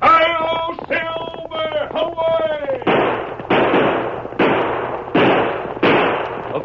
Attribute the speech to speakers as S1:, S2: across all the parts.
S1: Hi-ho, Silver! Away!
S2: A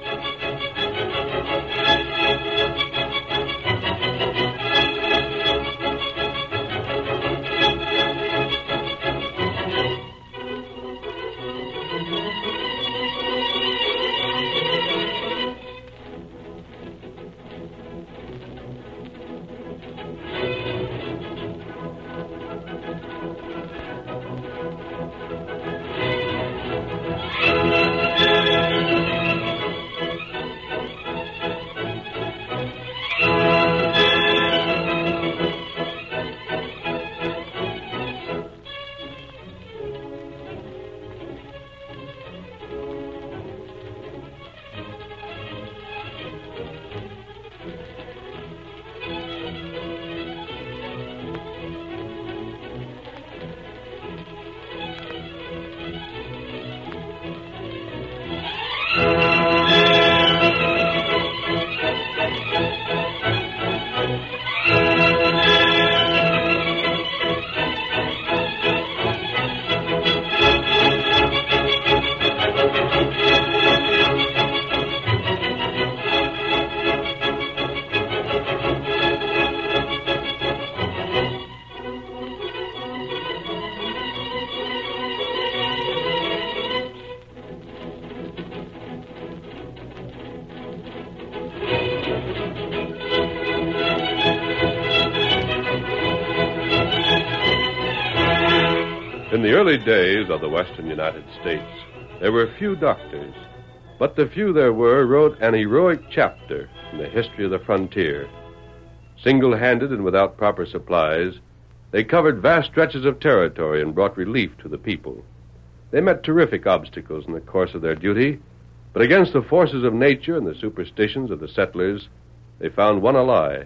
S2: In the early days of the western United States, there were few doctors, but the few there were wrote an heroic chapter in the history of the frontier. Single handed and without proper supplies, they covered vast stretches of territory and brought relief to the people. They met terrific obstacles in the course of their duty, but against the forces of nature and the superstitions of the settlers, they found one ally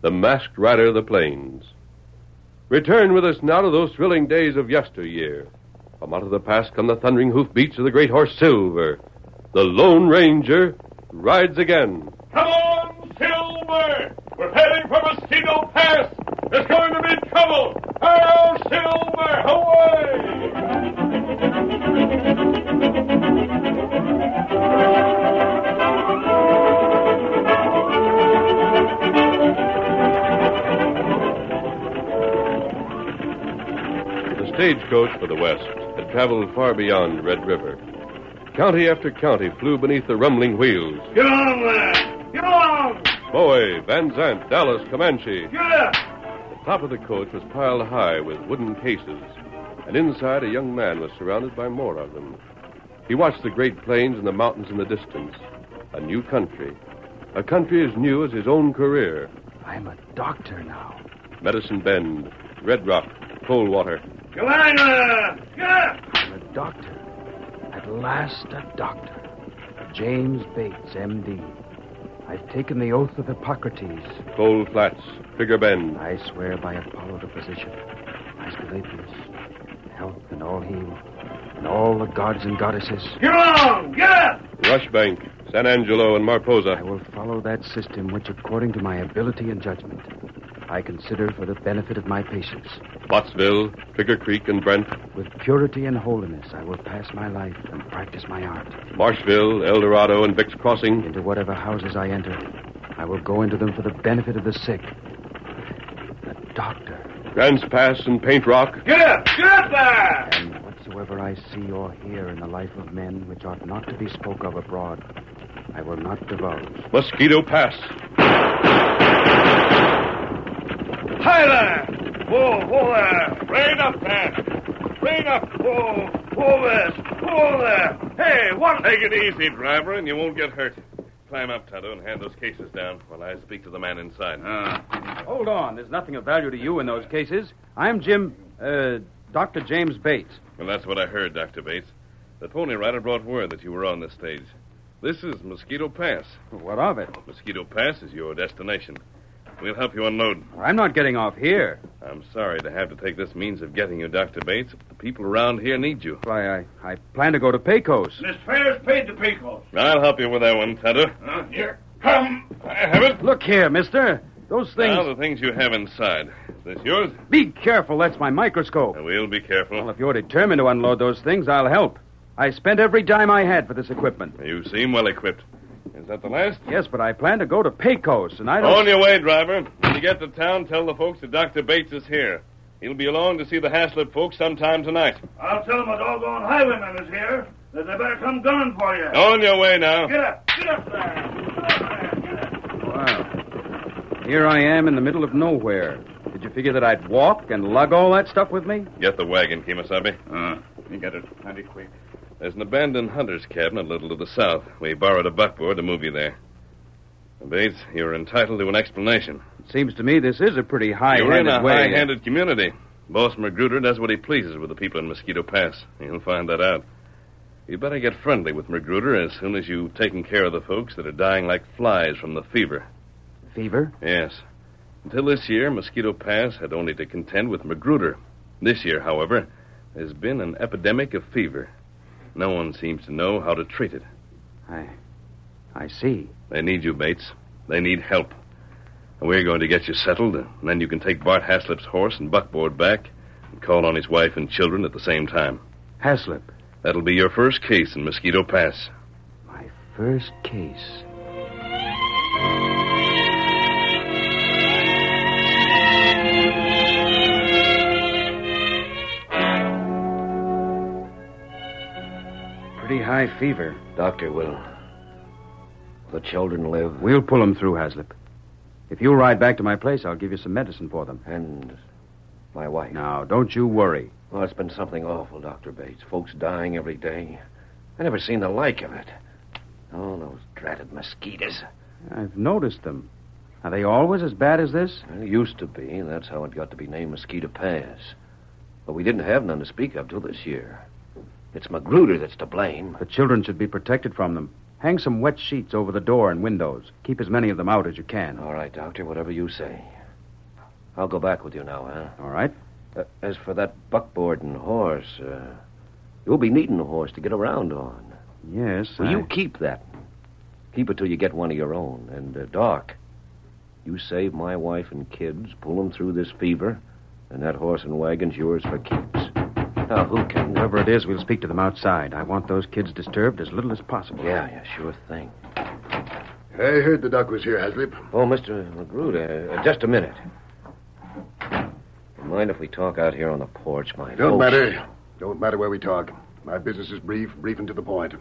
S2: the masked rider of the plains. Return with us now to those thrilling days of yesteryear. From out of the past come the thundering hoofbeats of the great horse Silver. The Lone Ranger rides again.
S1: Come on, Silver! We're heading for Mosquito Pass! There's going to be trouble! Hi-ho, Silver! Away!
S2: The stagecoach for the West had traveled far beyond Red River. County after county flew beneath the rumbling wheels.
S1: Get on there! Get on!
S2: Bowie, Van Zant, Dallas, Comanche.
S1: Get up!
S2: The top of the coach was piled high with wooden cases, and inside a young man was surrounded by more of them. He watched the great plains and the mountains in the distance. A new country. A country as new as his own career.
S3: I'm a doctor now.
S2: Medicine Bend, Red Rock, Coldwater.
S1: Galanga! Get up!
S3: I'm a doctor. At last, a doctor. James Bates, M.D. I've taken the oath of Hippocrates.
S2: Cold Flats, Figure Bend.
S3: I swear by Apollo the physician, Aesculapius, health and all he, and all the gods and goddesses.
S1: Get on! Get up!
S2: Rushbank, San Angelo, and
S3: I
S2: Mariposa.
S3: will follow that system which, according to my ability and judgment, I consider for the benefit of my patients.
S2: Pottsville, Trigger Creek, and Brent.
S3: With purity and holiness, I will pass my life and practice my art.
S2: Marshville, El Dorado, and Vic's Crossing.
S3: Into whatever houses I enter, I will go into them for the benefit of the sick. The doctor,
S2: Grants Pass and Paint Rock.
S1: Get up! Get up there!
S3: and whatsoever I see or hear in the life of men which ought not to be spoke of abroad, I will not divulge.
S2: Mosquito Pass.
S1: Hi there! Whoa, whoa there! Rain up there! Rain up! Whoa, whoa there! Whoa there! Hey, what?
S4: Take it easy, driver, and you won't get hurt. Climb up, Tonto, and hand those cases down while I speak to the man inside.
S1: Ah.
S3: Hold on. There's nothing of value to you in those cases. I'm Jim. Uh, Dr. James Bates.
S2: Well, that's what I heard, Dr. Bates. The pony rider brought word that you were on this stage. This is Mosquito Pass.
S3: What of it?
S2: Mosquito Pass is your destination. We'll help you unload.
S3: I'm not getting off here.
S2: I'm sorry to have to take this means of getting you, Dr. Bates. but The people around here need you.
S3: Why, I, I plan to go to Pecos.
S1: This fellow's paid the Pecos.
S2: I'll help you with that one, Tonto.
S1: Huh? Here, come.
S2: I have it.
S3: Look here, mister. Those things.
S2: Now, the things you have inside. Is this yours?
S3: Be careful. That's my microscope.
S2: We'll be
S3: Well,
S2: careful.
S3: if you're determined to unload those things, I'll help. I spent every dime I had for this equipment.
S2: You seem well equipped. Is that the last?
S3: Yes, but I plan to go to Pecos, and I don't.
S2: On your way, driver. When you get to town, tell the folks that Dr. Bates is here. He'll be along to see the Haslett folks sometime tonight.
S1: I'll tell them a doggone highwayman is here, that they better come gunning for you.
S2: On your way now.
S1: Get up, get up there. Get up there, get up.
S3: Wow. Here I am in the middle of nowhere. Did you figure that I'd walk and lug all that stuff with me?
S2: Get the wagon, Kimasabi.
S1: Uh, you got it plenty quick.
S2: There's an abandoned hunter's cabin a little to the south. We borrowed a buckboard to move you there. Bates, you're entitled to an explanation.
S3: It seems to me this is a pretty high-handed
S2: you're in a
S3: way.
S2: high-handed community. Boss Magruder does what he pleases with the people in Mosquito Pass. You'll find that out. You better get friendly with Magruder as soon as you've taken care of the folks that are dying like flies from the fever.
S3: Fever?
S2: Yes. Until this year, Mosquito Pass had only to contend with Magruder. This year, however, there's been an epidemic of fever. No one seems to know how to treat it.
S3: I, I see.
S2: They need you, Bates. They need help. And We're going to get you settled, and then you can take Bart Haslip's horse and buckboard back and call on his wife and children at the same time.
S3: Haslip,
S2: That'll be your first case in Mosquito Pass.
S3: my first case. Pretty high fever.
S5: Doctor will. The children live,
S3: We'll pull them through, Haslip. If you ride back to my place, I'll give you some medicine for them.
S5: and my wife.
S3: Now, don't you worry.
S5: Well, it's been something awful, Dr. Bates. Folks dying every day. I never seen the like of it. Oh, those dratted mosquitoes.
S3: I've noticed them. Are they always as bad as this?
S5: Well, it used to be. That's how it got to be named Mosquito Pass. But we didn't have none to speak of till this year. It's Magruder that's to blame.
S3: The children should be protected from them. Hang some wet sheets over the door and windows. Keep as many of them out as you can.
S5: All right, Doctor, whatever you say. I'll go back with you now, huh?
S3: All right?
S5: Uh, as for that buckboard and horse, uh, you'll be needing a horse to get around on.
S3: Yes.
S5: Well,
S3: I-
S5: you keep that. Keep it till you get one of your own. And, uh, Doc, you save my wife and kids, pull them through this fever, and that horse and wagon's yours for keeps. Now, who can...
S3: Whoever it is, we'll speak to them outside. I want those kids disturbed as little as possible.
S5: Yeah, yeah, sure thing.
S6: I heard the doc was here, Haslip.
S5: Oh, Mr. Magruder, uh, just a minute. You mind if we talk out here on the porch, my
S6: Don't
S5: folks-
S6: matter. Don't matter where we talk. My business is brief, brief and to the point.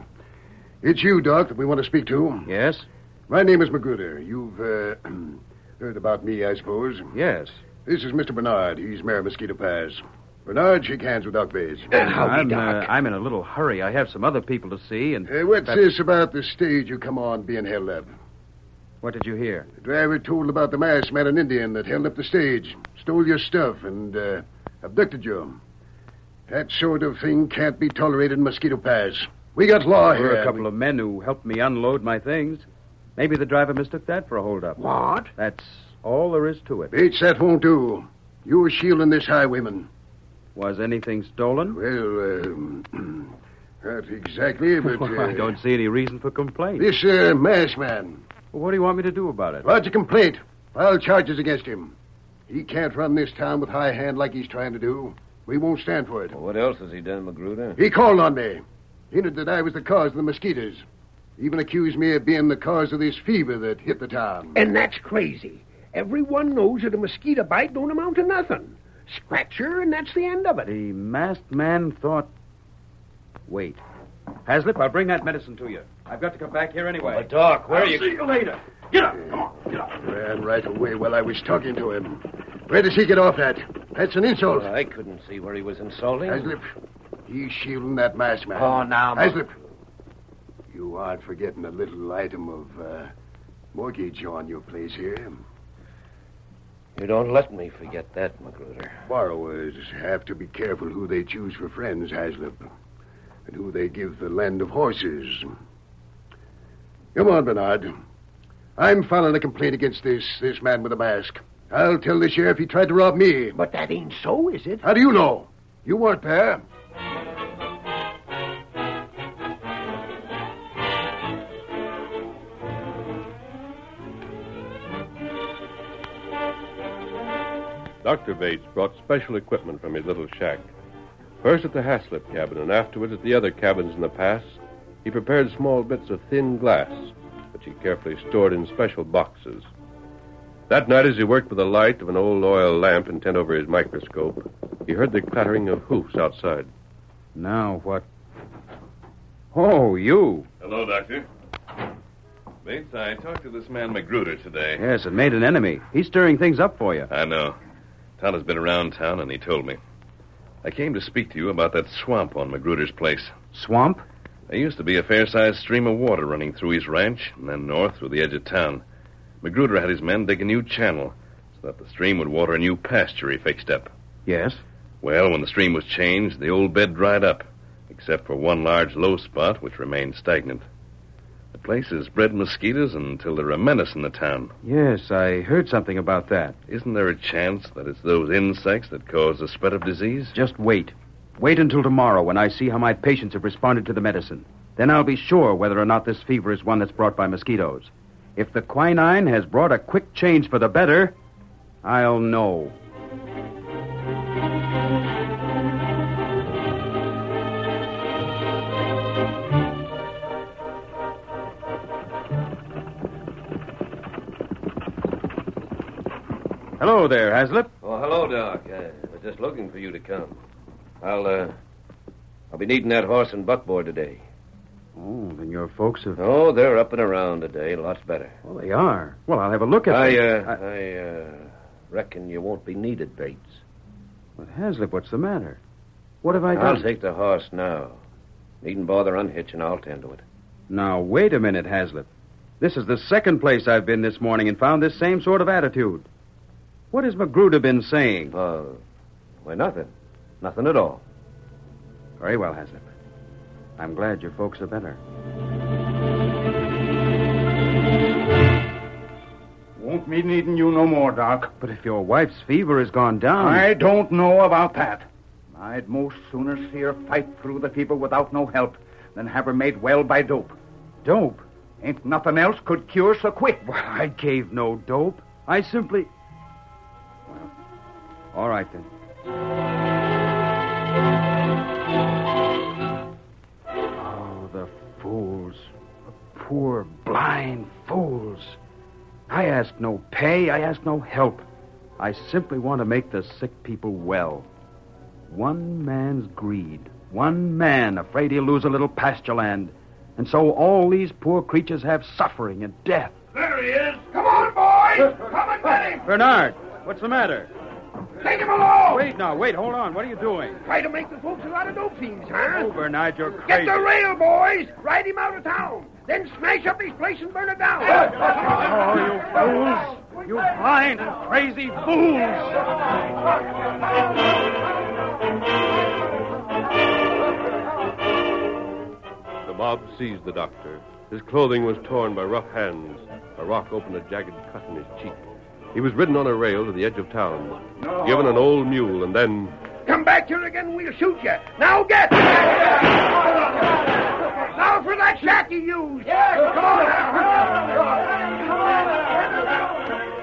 S6: It's you, Doc, that we want to speak to.
S3: Yes?
S6: My name is Magruder. You've uh, heard about me, I suppose.
S3: Yes.
S6: This is Mr. Bernard. He's mayor of Mosquito Pass. Bernard, shake hands with Doc Bates.
S3: I'm, uh, I'm in a little hurry. I have some other people to see, and.
S6: Uh, what's
S3: That's-
S6: this about the stage you come on being held up?
S3: What did you hear?
S6: The driver told about the masked man, an Indian, that held up the stage, stole your stuff, and uh, abducted you. That sort of thing can't be tolerated in Mosquito Pass. Oh, We got law
S3: There
S6: here.
S3: were a couple of men who helped me unload my things. Maybe the driver mistook that for a holdup.
S6: What?
S3: That's all there is to it.
S6: Bates, that won't do. You're shielding this highwayman.
S3: Was anything stolen?
S6: Well, um, not exactly, but.
S3: Well, I
S6: uh,
S3: don't see any reason for complaint.
S6: This uh, masked man
S3: What do you want me to do about it?
S6: lodged a complaint. File charges against him. He can't run this town with high hand like he's trying to do. We won't stand for it.
S5: Well, What else has he done, Magruder?
S6: He called on me. Hinted that I was the cause of the mosquitoes. Even accused me of being the cause of this fever that hit the town.
S7: And that's crazy. Everyone knows that a mosquito bite don't amount to nothing. Scratch her, and that's the end of it.
S3: The masked man thought. Wait. Haslip, I'll bring that medicine to you. I've got to come back here anyway.
S5: But, Doc, where
S6: I'll
S5: are you?
S6: see you later. Get up. Come on. Get up. Ran right away while I was talking to him. Where does he get off at? That's an insult.
S5: Oh, I couldn't see where he was insulting.
S6: Haslip, he's shielding that masked man.
S5: Oh, now, Ma-
S6: Haslip, you aren't forgetting a little item of uh, mortgage on your place here.
S5: You don't let me forget that, Magruder.
S6: Borrowers have to be careful who they choose for friends, Haslip, and who they give the land of horses. Come on, Bernard. I'm filing a complaint against this this man with the mask. I'll tell the sheriff he tried to rob me.
S7: But that ain't so, is it?
S6: How do you know? You weren't there.
S8: Dr. Bates brought special equipment from his little shack. First at the Haslip cabin and afterwards at the other cabins in the pass, he prepared small bits of thin glass, which he carefully stored in special boxes. That night, as he worked with the light of an old oil lamp intent over his microscope, he heard the clattering of hoofs outside.
S3: Now what? Oh, you.
S2: Hello, Doctor. Bates, I talked to this man Magruder today.
S3: Yes, and made an enemy. He's stirring things up for you.
S2: I know. Tyler's been around town, and he told me. I came to speak to you about that swamp on Magruder's place.
S3: Swamp?
S2: There used to be a fair sized stream of water running through his ranch, and then north through the edge of town. Magruder had his men dig a new channel so that the stream would water a new pasture he fixed up.
S3: Yes.
S2: Well, when the stream was changed, the old bed dried up, except for one large low spot which remained stagnant. The place has bred mosquitoes until they're a menace in the town.
S3: Yes, I heard something about that.
S2: Isn't there a chance that it's those insects that cause the spread of disease?
S3: Just wait. Wait until tomorrow when I see how my patients have responded to the medicine. Then I'll be sure whether or not this fever is one that's brought by mosquitoes. If the quinine has brought a quick change for the better, I'll know. Hello there, Haslip.
S5: Oh, hello, Doc. I was just looking for you to come. I'll, uh, I'll be needing that horse and buckboard today.
S3: Oh, then your folks have.
S5: Oh, they're up and around today, lots better.
S3: Well, they are. Well, I'll have a look at
S5: I,
S3: them.
S5: uh, I, uh, reckon you won't be needed, Bates.
S3: But Haslip, Uh, what's the matter? What have I done?
S5: I'll take the horse now. Needn't bother unhitching. I'll tend to it.
S3: Now, wait a minute, Haslip. This is the second place I've been this morning and found this same sort of attitude. What has Magruder been saying?
S5: Uh, why, nothing. Nothing at all.
S3: Very well, Haslip. I'm glad your folks are better.
S9: Won't be needing you no more, Doc.
S3: But if your wife's fever has gone down.
S9: I don't know about that. I'd most sooner see her fight through the fever without no help than have her made well by dope.
S3: Dope?
S9: Ain't nothing else could cure so quick.
S3: Well, I gave no dope. I simply. Well, all right then. Oh, the fools. The poor, blind fools. I ask no pay. I ask no help. I simply want to make the sick people well. One man's greed. One man afraid he'll lose a little pasture land. And so all these poor creatures have suffering and death.
S1: There he is. Come on, boys. Come and get him.
S3: Bernard, what's the matter?
S1: Take him along.
S3: Wait now, wait, hold on. What are you doing?
S7: Try to make the folks a lot of dope fiends, huh?
S3: Oh, Bernard, you're
S7: Get
S3: crazy.
S7: the rail, boys. Ride him out of town. Then smash up his place and burn it down.
S3: Oh, you fools! You blind and crazy fools!
S8: The mob seized the doctor. His clothing was torn by rough hands. A rock opened a jagged cut in his cheek. He was ridden on a rail to the edge of town, given an old mule, and then.
S7: Come back here again, we'll shoot you. Now get. now for that shack you used. Come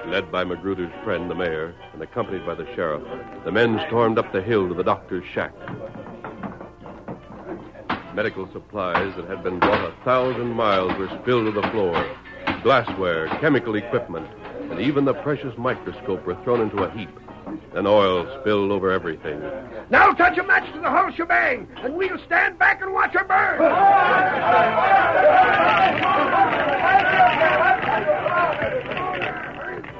S7: on
S8: Led by Magruder's friend, the mayor, and accompanied by the sheriff, the men stormed up the hill to the doctor's shack. Medical supplies that had been brought a thousand miles were spilled to the floor. Glassware, chemical equipment, and even the precious microscope were thrown into a heap. Then oil spilled over everything.
S7: Now touch a match to the whole shebang, and we'll stand back and watch her burn.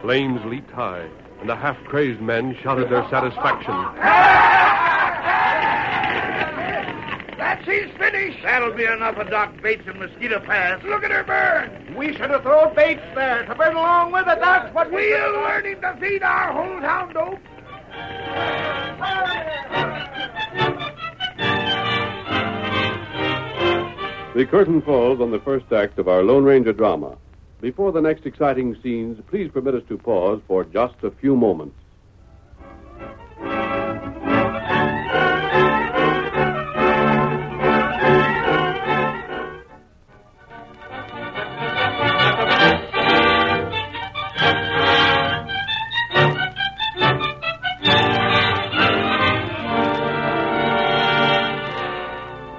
S8: Flames leaped high, and the half crazed men shouted their satisfaction.
S7: That's
S1: She's finished. That'll be enough of Doc Bates and Mosquito Pass. Look at her burn.
S9: We should have thrown Bates there to burn along with it. That's what we
S1: We're learning to feed our whole town dope.
S8: The curtain falls on the first act of our Lone Ranger drama. Before the next exciting scenes, please permit us to pause for just a few moments.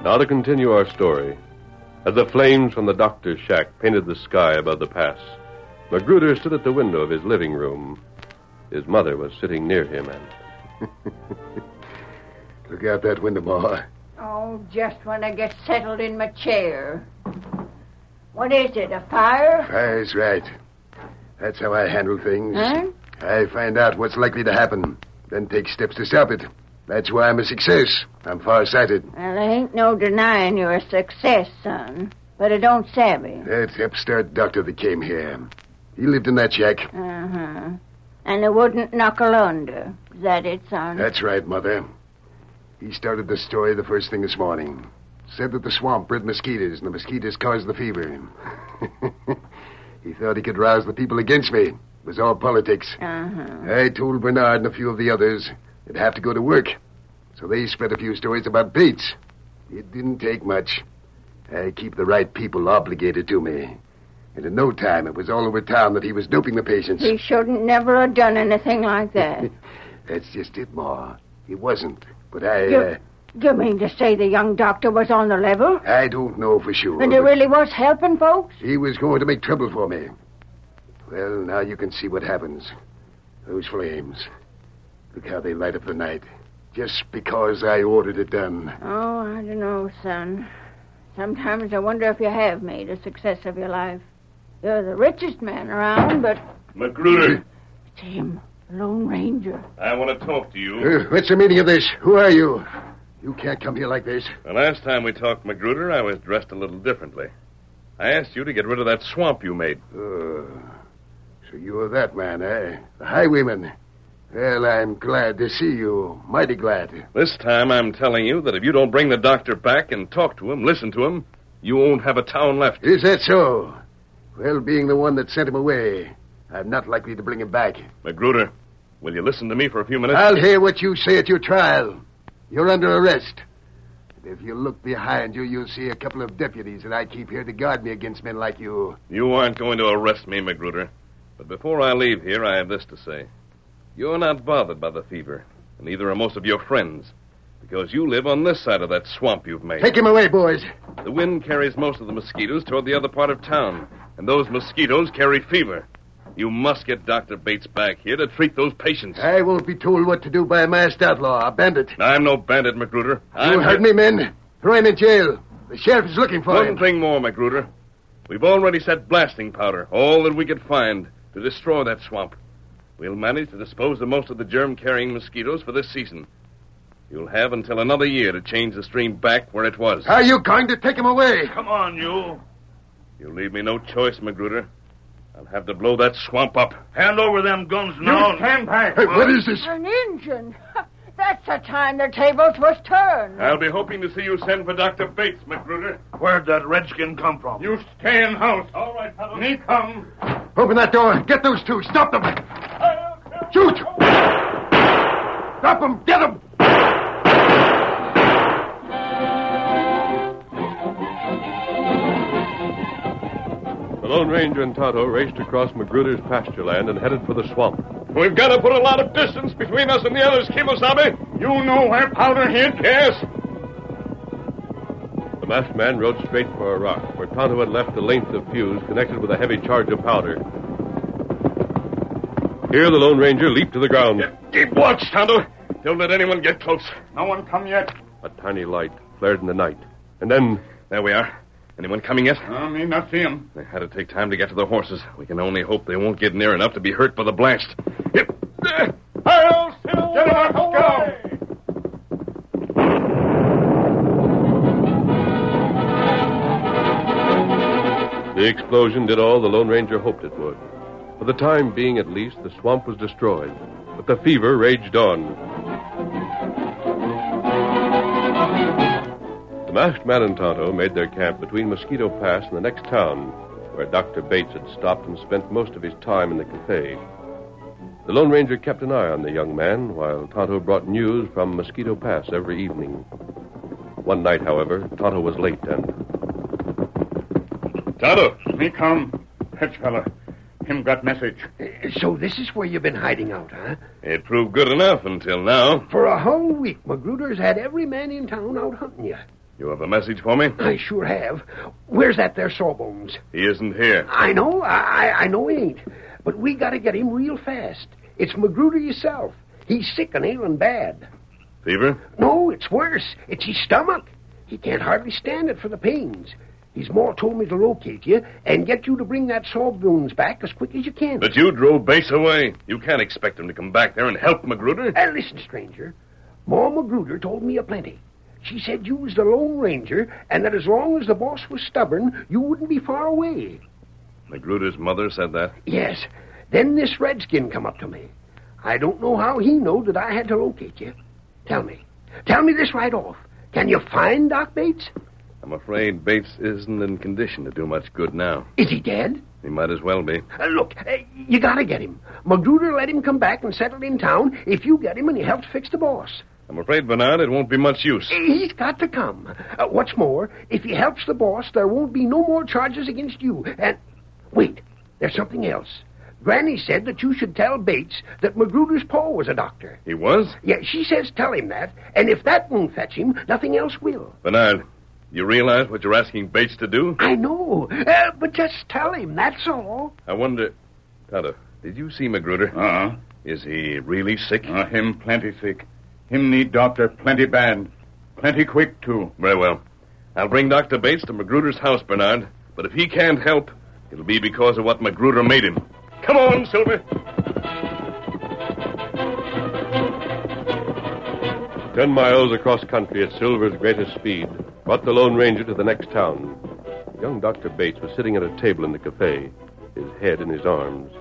S8: Now to continue our story. As the flames from the doctor's shack painted the sky above the pass, Magruder stood at the window of his living room. His mother was sitting near him, and
S6: Look out that window, Ma.
S10: Oh, just when I get settled in my chair. What is it, a fire?
S6: That's right. That's how I handle things.
S10: Huh?
S6: I find out what's likely to happen, then take steps to stop it. That's why I'm a success. I'm farsighted.
S10: Well, there ain't no denying you're a success, son. But I don't savvy.
S6: That upstart doctor that came here. He lived in that shack.
S10: Uh-huh. And I wouldn't knuckle under. Is that it, son?
S6: That's right, Mother. He started the story the first thing this morning. Said that the swamp bred mosquitoes, and the mosquitoes caused the fever. he thought he could rouse the people against me. It was all politics.
S10: Uh-huh.
S6: I told Bernard and a few of the others they'd have to go to work. So they spread a few stories about Bates. It didn't take much. I keep the right people obligated to me. And in no time, it was all over town that he was doping the patients.
S10: He shouldn't never have done anything like that.
S6: That's just it, Ma. He wasn't. But I,
S10: You-
S6: uh,
S10: you mean to say the young doctor was on the level?
S6: I don't know for sure.
S10: And he
S6: but-
S10: really was helping folks?
S6: He was going to make trouble for me. Well, now you can see what happens. Those flames. Look how they light up the night. Just because I ordered it done.
S10: Oh, I don't know, son. Sometimes I wonder if you have made a success of your life. You're the richest man around, but
S2: Magruder,
S10: it's him, Lone Ranger.
S2: I want to talk to you.
S6: Uh, what's the meaning of this? Who are you? You can't come here like this.
S2: The last time we talked, Magruder, I was dressed a little differently. I asked you to get rid of that swamp you made.
S6: Oh, so you're that man, eh? The highwayman. Well, I'm glad to see you. Mighty glad.
S2: This time I'm telling you that if you don't bring the doctor back and talk to him, listen to him, you won't have a town left.
S6: Is that so? Well, being the one that sent him away, I'm not likely to bring him back.
S2: Magruder, will you listen to me for a few minutes?
S6: I'll hear what you say at your trial. You're under arrest. And if you look behind you, you'll see a couple of deputies that I keep here to guard me against men like you.
S2: You aren't going to arrest me, Magruder. But before I leave here, I have this to say. You're not bothered by the fever, and neither are most of your friends, because you live on this side of that swamp you've made.
S6: Take him away, boys.
S2: The wind carries most of the mosquitoes toward the other part of town, and those mosquitoes carry fever. You must get Dr. Bates back here to treat those patients.
S6: I won't be told what to do by a masked outlaw, a bandit.
S2: I'm no bandit, Magruder. I'm
S6: you heard me, men. Throw him in jail. The sheriff is looking for
S2: One
S6: him.
S2: thing more, Magruder. We've already set blasting powder, all that we could find, to destroy that swamp. We'll manage to dispose of most of the germ carrying mosquitoes for this season. You'll have until another year to change the stream back where it was.
S6: Are you going to take him away?
S1: Come on, you.
S2: You leave me no choice, Magruder. I'll have to blow that swamp up.
S1: Hand over them guns now.
S3: stand back.
S6: Hey, what is this?
S10: An engine? That's the time the tables was turned.
S2: I'll be hoping to see you send for Dr. Bates, Magruder.
S1: Where'd that redskin come from?
S2: You stay in house. All right, fellows. Me come.
S6: Open that door. Get those two. Stop them. Shoot. Stop them. Get them.
S8: the Lone Ranger and Tonto raced across Magruder's pasture land and headed for the swamp.
S2: We've got to put a lot of distance between us and the others, Kimosabe. You know where powder hid? Yes.
S8: The masked man rode straight for a rock, where Tonto had left a length of fuse connected with a heavy charge of powder. Here, the Lone Ranger leaped to the ground.
S2: Keep watch, Tonto. Don't let anyone get close. No one come yet.
S8: A tiny light flared in the night, and then
S2: There we are. Anyone coming yet?
S9: I mean, not see him.
S2: They had to take time to get to the horses. We can only hope they won't get near enough to be hurt by the blast. Ah! Yep. I'll still get up, go.
S5: The explosion did all the Lone Ranger hoped it would. For the time being, at least, the swamp was destroyed, but the fever raged on. The masked man and Tonto made their camp between Mosquito Pass and the next town, where Dr. Bates had stopped and spent most of his time in the cafe. The Lone Ranger kept an eye on the young man while Tonto brought news from Mosquito Pass every evening. One night, however, Tonto was late and.
S2: Tonto! Me come. Fetch fella. Him got message.
S6: So this is where you've been hiding out, huh?
S2: It proved good enough until now.
S6: For a whole week, Magruder's had every man in town out hunting you.
S2: You have a message for me?
S6: I sure have. Where's that there sawbones?
S2: He isn't here.
S6: I know, I, I- I know he ain't. But we gotta get him real fast. It's Magruder yourself. He's sick and ailing bad.
S2: Fever?
S6: No, it's worse. It's his stomach. He can't hardly stand it for the pains. His ma told me to locate you and get you to bring that sawbones back as quick as you can.
S2: But you drove Bates away. You can't expect him to come back there and help Magruder.
S6: Uh, listen, stranger. Ma Magruder told me a plenty. She said you was the Lone Ranger, and that as long as the boss was stubborn, you wouldn't be far away.
S2: Magruder's mother said that.
S6: Yes. Then this redskin come up to me. I don't know how he knowed that I had to locate you. Tell me. Tell me this right off. Can you find Doc Bates?
S2: I'm afraid Bates isn't in condition to do much good now.
S6: Is he dead?
S2: He might as well be.
S6: Uh, look, uh, you gotta get him. Magruder let him come back and settle in town if you get him and he helps fix the boss.
S2: I'm afraid, Bernard, it won't be much use.
S6: He's got to come. Uh, what's more, if he helps the boss, there won't be no more charges against you. And wait, there's something else. Granny said that you should tell Bates that Magruder's pa was a doctor.
S2: He was?
S6: Yeah, she says tell him that, and if that won't fetch him, nothing else will.
S2: Bernard, you realize what you're asking Bates to do?
S6: I know, uh, but just tell him, that's all.
S2: I wonder. Tonto, did you see Magruder?
S3: Uh-uh.
S2: Is he really sick?
S3: Uh, him plenty sick. Him need doctor plenty bad. Plenty quick, too.
S2: Very well. I'll bring Dr. Bates to Magruder's house, Bernard. But if he can't help, it'll be because of what Magruder made him. Come on, Silver.
S5: Ten miles across country at Silver's greatest speed brought the Lone Ranger to the next town. Young Dr. Bates was sitting at a table in the cafe, his head in his arms.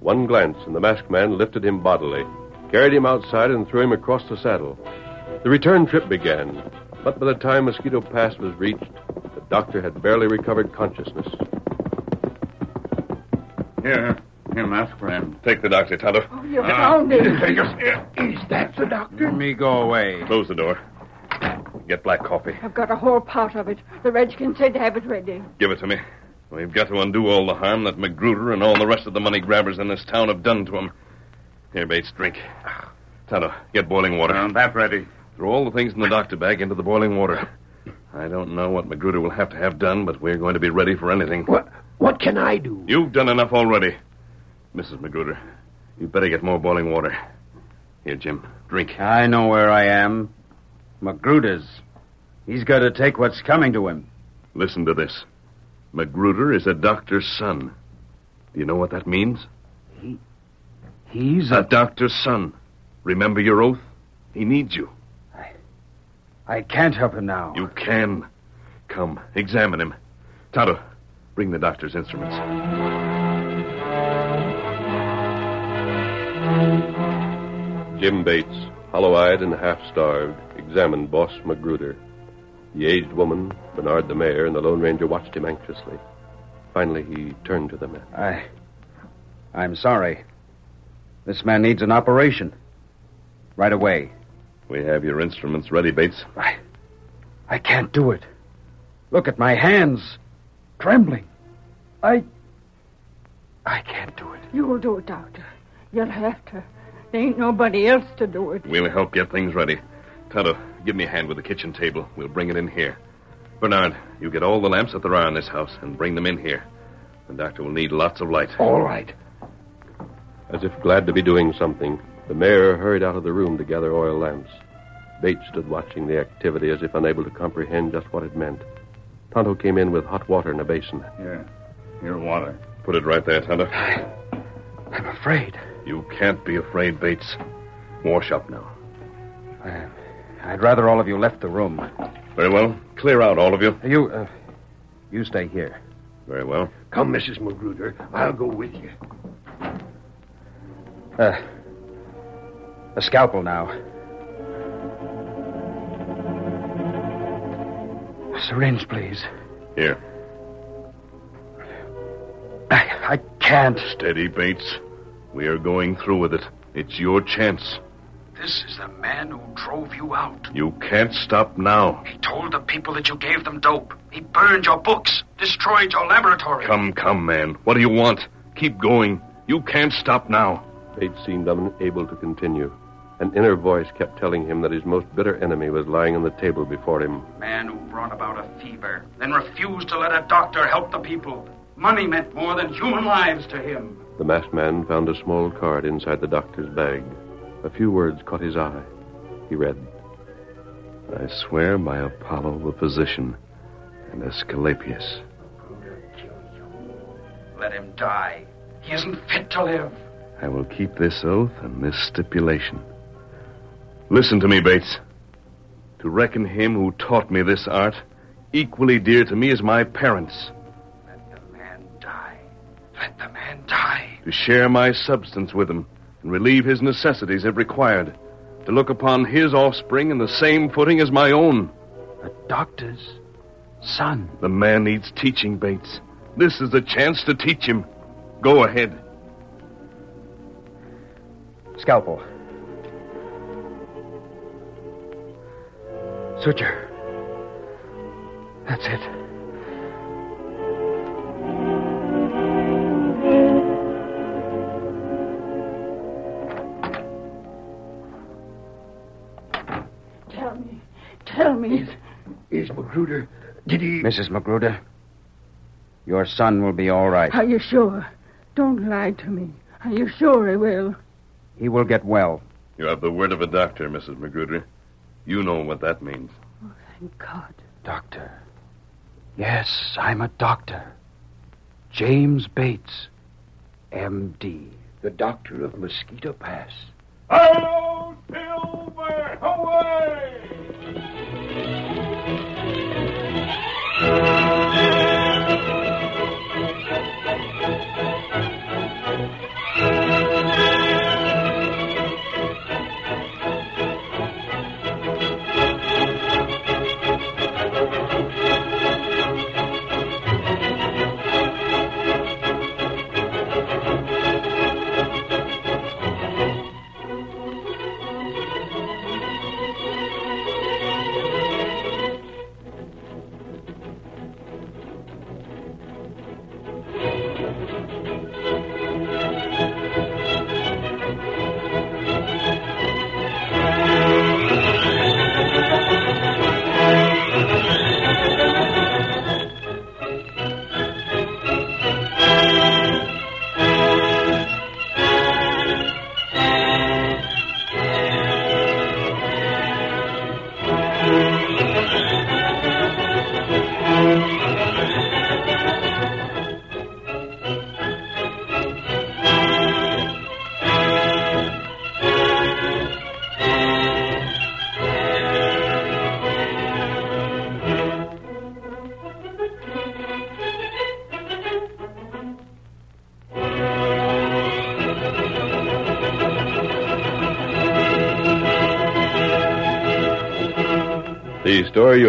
S5: One glance, and the masked man lifted him bodily, carried him outside, and threw him across the saddle. The return trip began, but by the time Mosquito Pass was reached, the doctor had barely recovered consciousness.
S3: Here, here, mask friend.
S2: Take the doctor, Tonto. Ah.
S10: You're wounded.
S3: Take
S6: Is that the doctor?
S3: Let me go away.
S2: Close the door. Get black coffee.
S10: I've got a whole pot of it. The redskin said to have it ready.
S2: Give it to me. We've got to undo all the harm that Magruder and all the rest of the money grabbers in this town have done to him. Here, Bates, drink. Tonto, get boiling water.
S3: Uh, that ready.
S2: Throw all the things in the doctor bag into the boiling water. I don't know what Magruder will have to have done, but we're going to be ready for anything.
S6: What, what can I do?
S2: You've done enough already. Mrs. Magruder, you'd better get more boiling water. Here, Jim, drink.
S3: I know where I am. Magruder's. He's got to take what's coming to him.
S2: Listen to this. Magruder is a doctor's son. Do you know what that means?
S3: He's
S2: He's a doctor's son. Remember your oath? He needs you.
S3: I can't help him now.
S2: You can. Come, examine him. Tonto, bring the doctor's instruments.
S5: Jim Bates, hollow eyed and half starved, examined Boss Magruder. The aged woman, Bernard the mayor, and the Lone Ranger watched him anxiously. Finally, he turned to the men.
S3: I. I'm sorry. This man needs an operation. Right away.
S2: We have your instruments ready, Bates.
S3: I. I can't do it. Look at my hands. Trembling. I. I can't do it.
S10: You will do it, Doctor. You'll have to. There ain't nobody else to do it.
S2: We'll help get things ready. Tonto, give me a hand with the kitchen table. We'll bring it in here. Bernard, you get all the lamps that there are in this house and bring them in here. The doctor will need lots of light.
S6: All right.
S5: As if glad to be doing something, the mayor hurried out of the room to gather oil lamps. Bates stood watching the activity as if unable to comprehend just what it meant. Tonto came in with hot water in a basin.
S3: Here. Here, water.
S2: Put it right there, Tonto.
S3: I'm afraid.
S2: You can't be afraid, Bates. Wash up now.
S3: I'd rather all of you left the room.
S2: Very well. Clear out, all of you.
S3: You. Uh, you stay here.
S2: Very well.
S3: Come, Mrs. Magruder. I'll go with you.
S6: Uh, a scalpel now. A syringe, please.
S2: Here.
S6: I, I can't.
S2: Steady, Bates. We are going through with it. It's your chance.
S6: This is the man who drove you out.
S2: You can't stop now.
S6: He told the people that you gave them dope. He burned your books, destroyed your laboratory.
S2: Come, come, man. What do you want? Keep going. You can't stop now.
S11: Bates seemed unable to continue. An inner voice kept telling him that his most bitter enemy was lying on the table before him.
S6: Man who brought about a fever, then refused to let a doctor help the people. Money meant more than human lives to him.
S11: The masked man found a small card inside the doctor's bag. A few words caught his eye. He read,
S2: I swear by Apollo the physician and Asclepius.
S6: Let him die. He isn't fit to live.
S2: I will keep this oath and this stipulation. Listen to me, Bates. To reckon him who taught me this art equally dear to me as my parents,
S6: Let the man die. Let the man die.
S2: to share my substance with him and relieve his necessities if required, to look upon his offspring in the same footing as my own.
S6: The doctor's son.
S2: The man needs teaching, Bates. This is the chance to teach him. Go ahead.
S6: Scalpel. Suture. That's it.
S10: Tell me. Tell me.
S3: Is Magruder. Did he.
S6: Mrs. Magruder, your son will be all right.
S10: Are you sure? Don't lie to me. Are you sure he will?
S6: He will get well.
S2: You have the word of a doctor, Mrs. Magruder. You know what that means.
S10: Oh, Thank God.
S6: Doctor. Yes, I'm a doctor. James Bates, M.D.
S3: The doctor of Mosquito Pass.
S12: Hello, Silver! Away!
S11: The story you